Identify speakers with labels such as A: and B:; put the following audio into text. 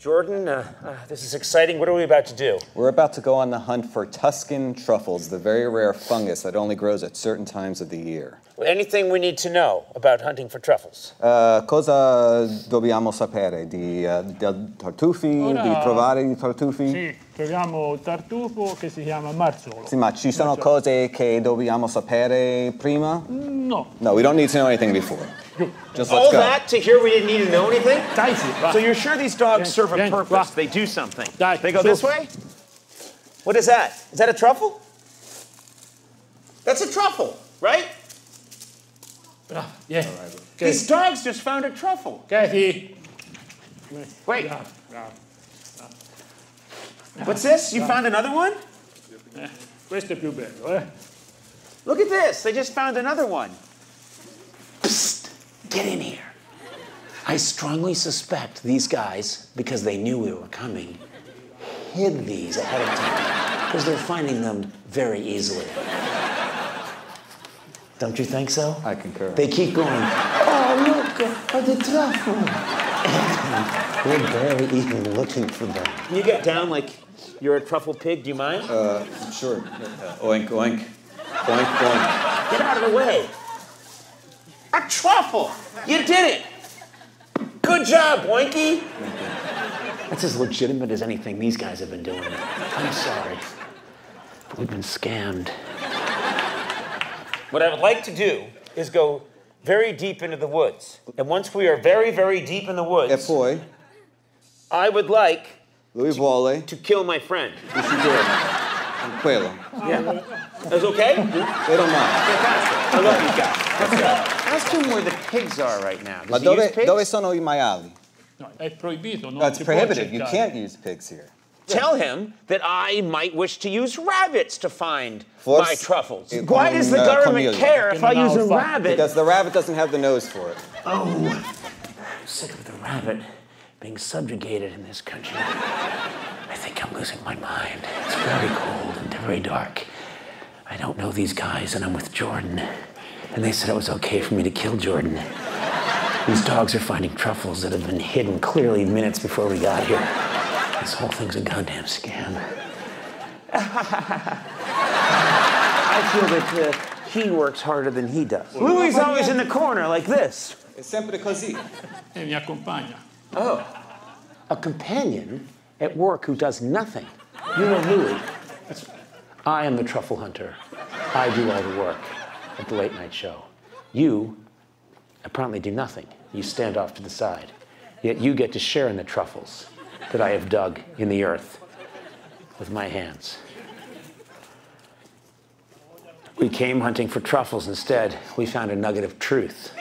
A: Jordan, uh, uh, this is exciting. What are we about to do?
B: We're about to go on the hunt for Tuscan truffles, the very rare fungus that only grows at certain times of the year.
A: Anything we need to know about hunting for truffles?
B: Uh, cosa dobbiamo sapere di uh, del tartufi, di
C: Ora-
B: trovare i tartufi?
C: Sì, troviamo tartufo che si chiama Marzolo.
B: Sì, ma ci sono cose che dobbiamo sapere prima?
C: No,
B: No, we don't need to know anything before. Just let's
D: All
B: go.
D: that to hear we didn't need to know anything?
C: dai su, va.
D: So you're sure these dogs
C: Yeah,
D: serve a
C: yeah,
D: purpose?
C: right.
D: They do something.
C: Yeah,
D: They go this
C: sure.
D: way? What is that? Is that a truffle? That's a truffle, right?
C: Ah, yeah. Ok,
D: These dogs just found a truffle.
C: ok, sì.
D: Wait,
C: Ah, bravo.
D: what's this? You found another one?
C: Questo è più bello, eh.
D: Look at this. They just found another one. Psst, get in here.
E: I strongly suspect these guys, because they knew we were coming, hid these ahead of time because they're finding them very easily. Don't you think so?
B: I concur.
E: They keep going, oh, look, are the truffles. We're barely even looking for them.
D: Can you get down like you're a truffle pig? Do you mind?
B: Sure. Uh, oink, oink. Oink, oink.
D: Get out of the way. A truffle! You did it! Good job, Boinky!
E: That's as legitimate as anything these guys have been doing. I'm sorry. but We've been scammed.
A: What I would like to do is go very deep into the woods. And once we are very, very deep in the
B: E
A: woods,
B: poi,
A: I would like
B: lui vuole
A: to kill my friend.
B: uccidere quello.
A: Is okay?
B: E non male.
D: Fantastic. I love these guys. Ask him where the pigs are right now.
B: Ma
D: Does he
B: dove,
D: use pigs?
B: dove sono i maiali?
C: No, è proibito, no?
B: That's
C: si può
B: prohibited. You
C: accettare.
B: can't use pigs here.
D: Tell him that I might wish to use rabbits to find
B: Forse-
D: my truffles.
B: Eh,
D: Why
B: con,
D: does the
B: eh,
D: government
B: coniglio.
D: care if I use a
C: Alfa.
D: rabbit?
B: Because the rabbit doesn't have the nose for it.
E: sick of the rabbit being subjugated in this country. I think I'm losing my mind. It's very cold and very dark. I don't know these guys, and I'm with Jordan. And they said it was okay for me to kill Jordan. These dogs are finding truffles that have been hidden clearly minutes before we got here. This whole thing's a goddamn scam.
D: I feel that uh, he works harder than he does. Louis always in the corner like this.
B: È sempre così.
C: E Eh, mi accompagna.
E: a companion at work who does nothing. You know Louis. I am the truffle hunter. I do all the work at the late night show. You apparently do nothing. You stand off to the side. Yet you get to share in the truffles that I have dug in the earth with my hands. We came hunting for truffles instead. We found a nugget of truth.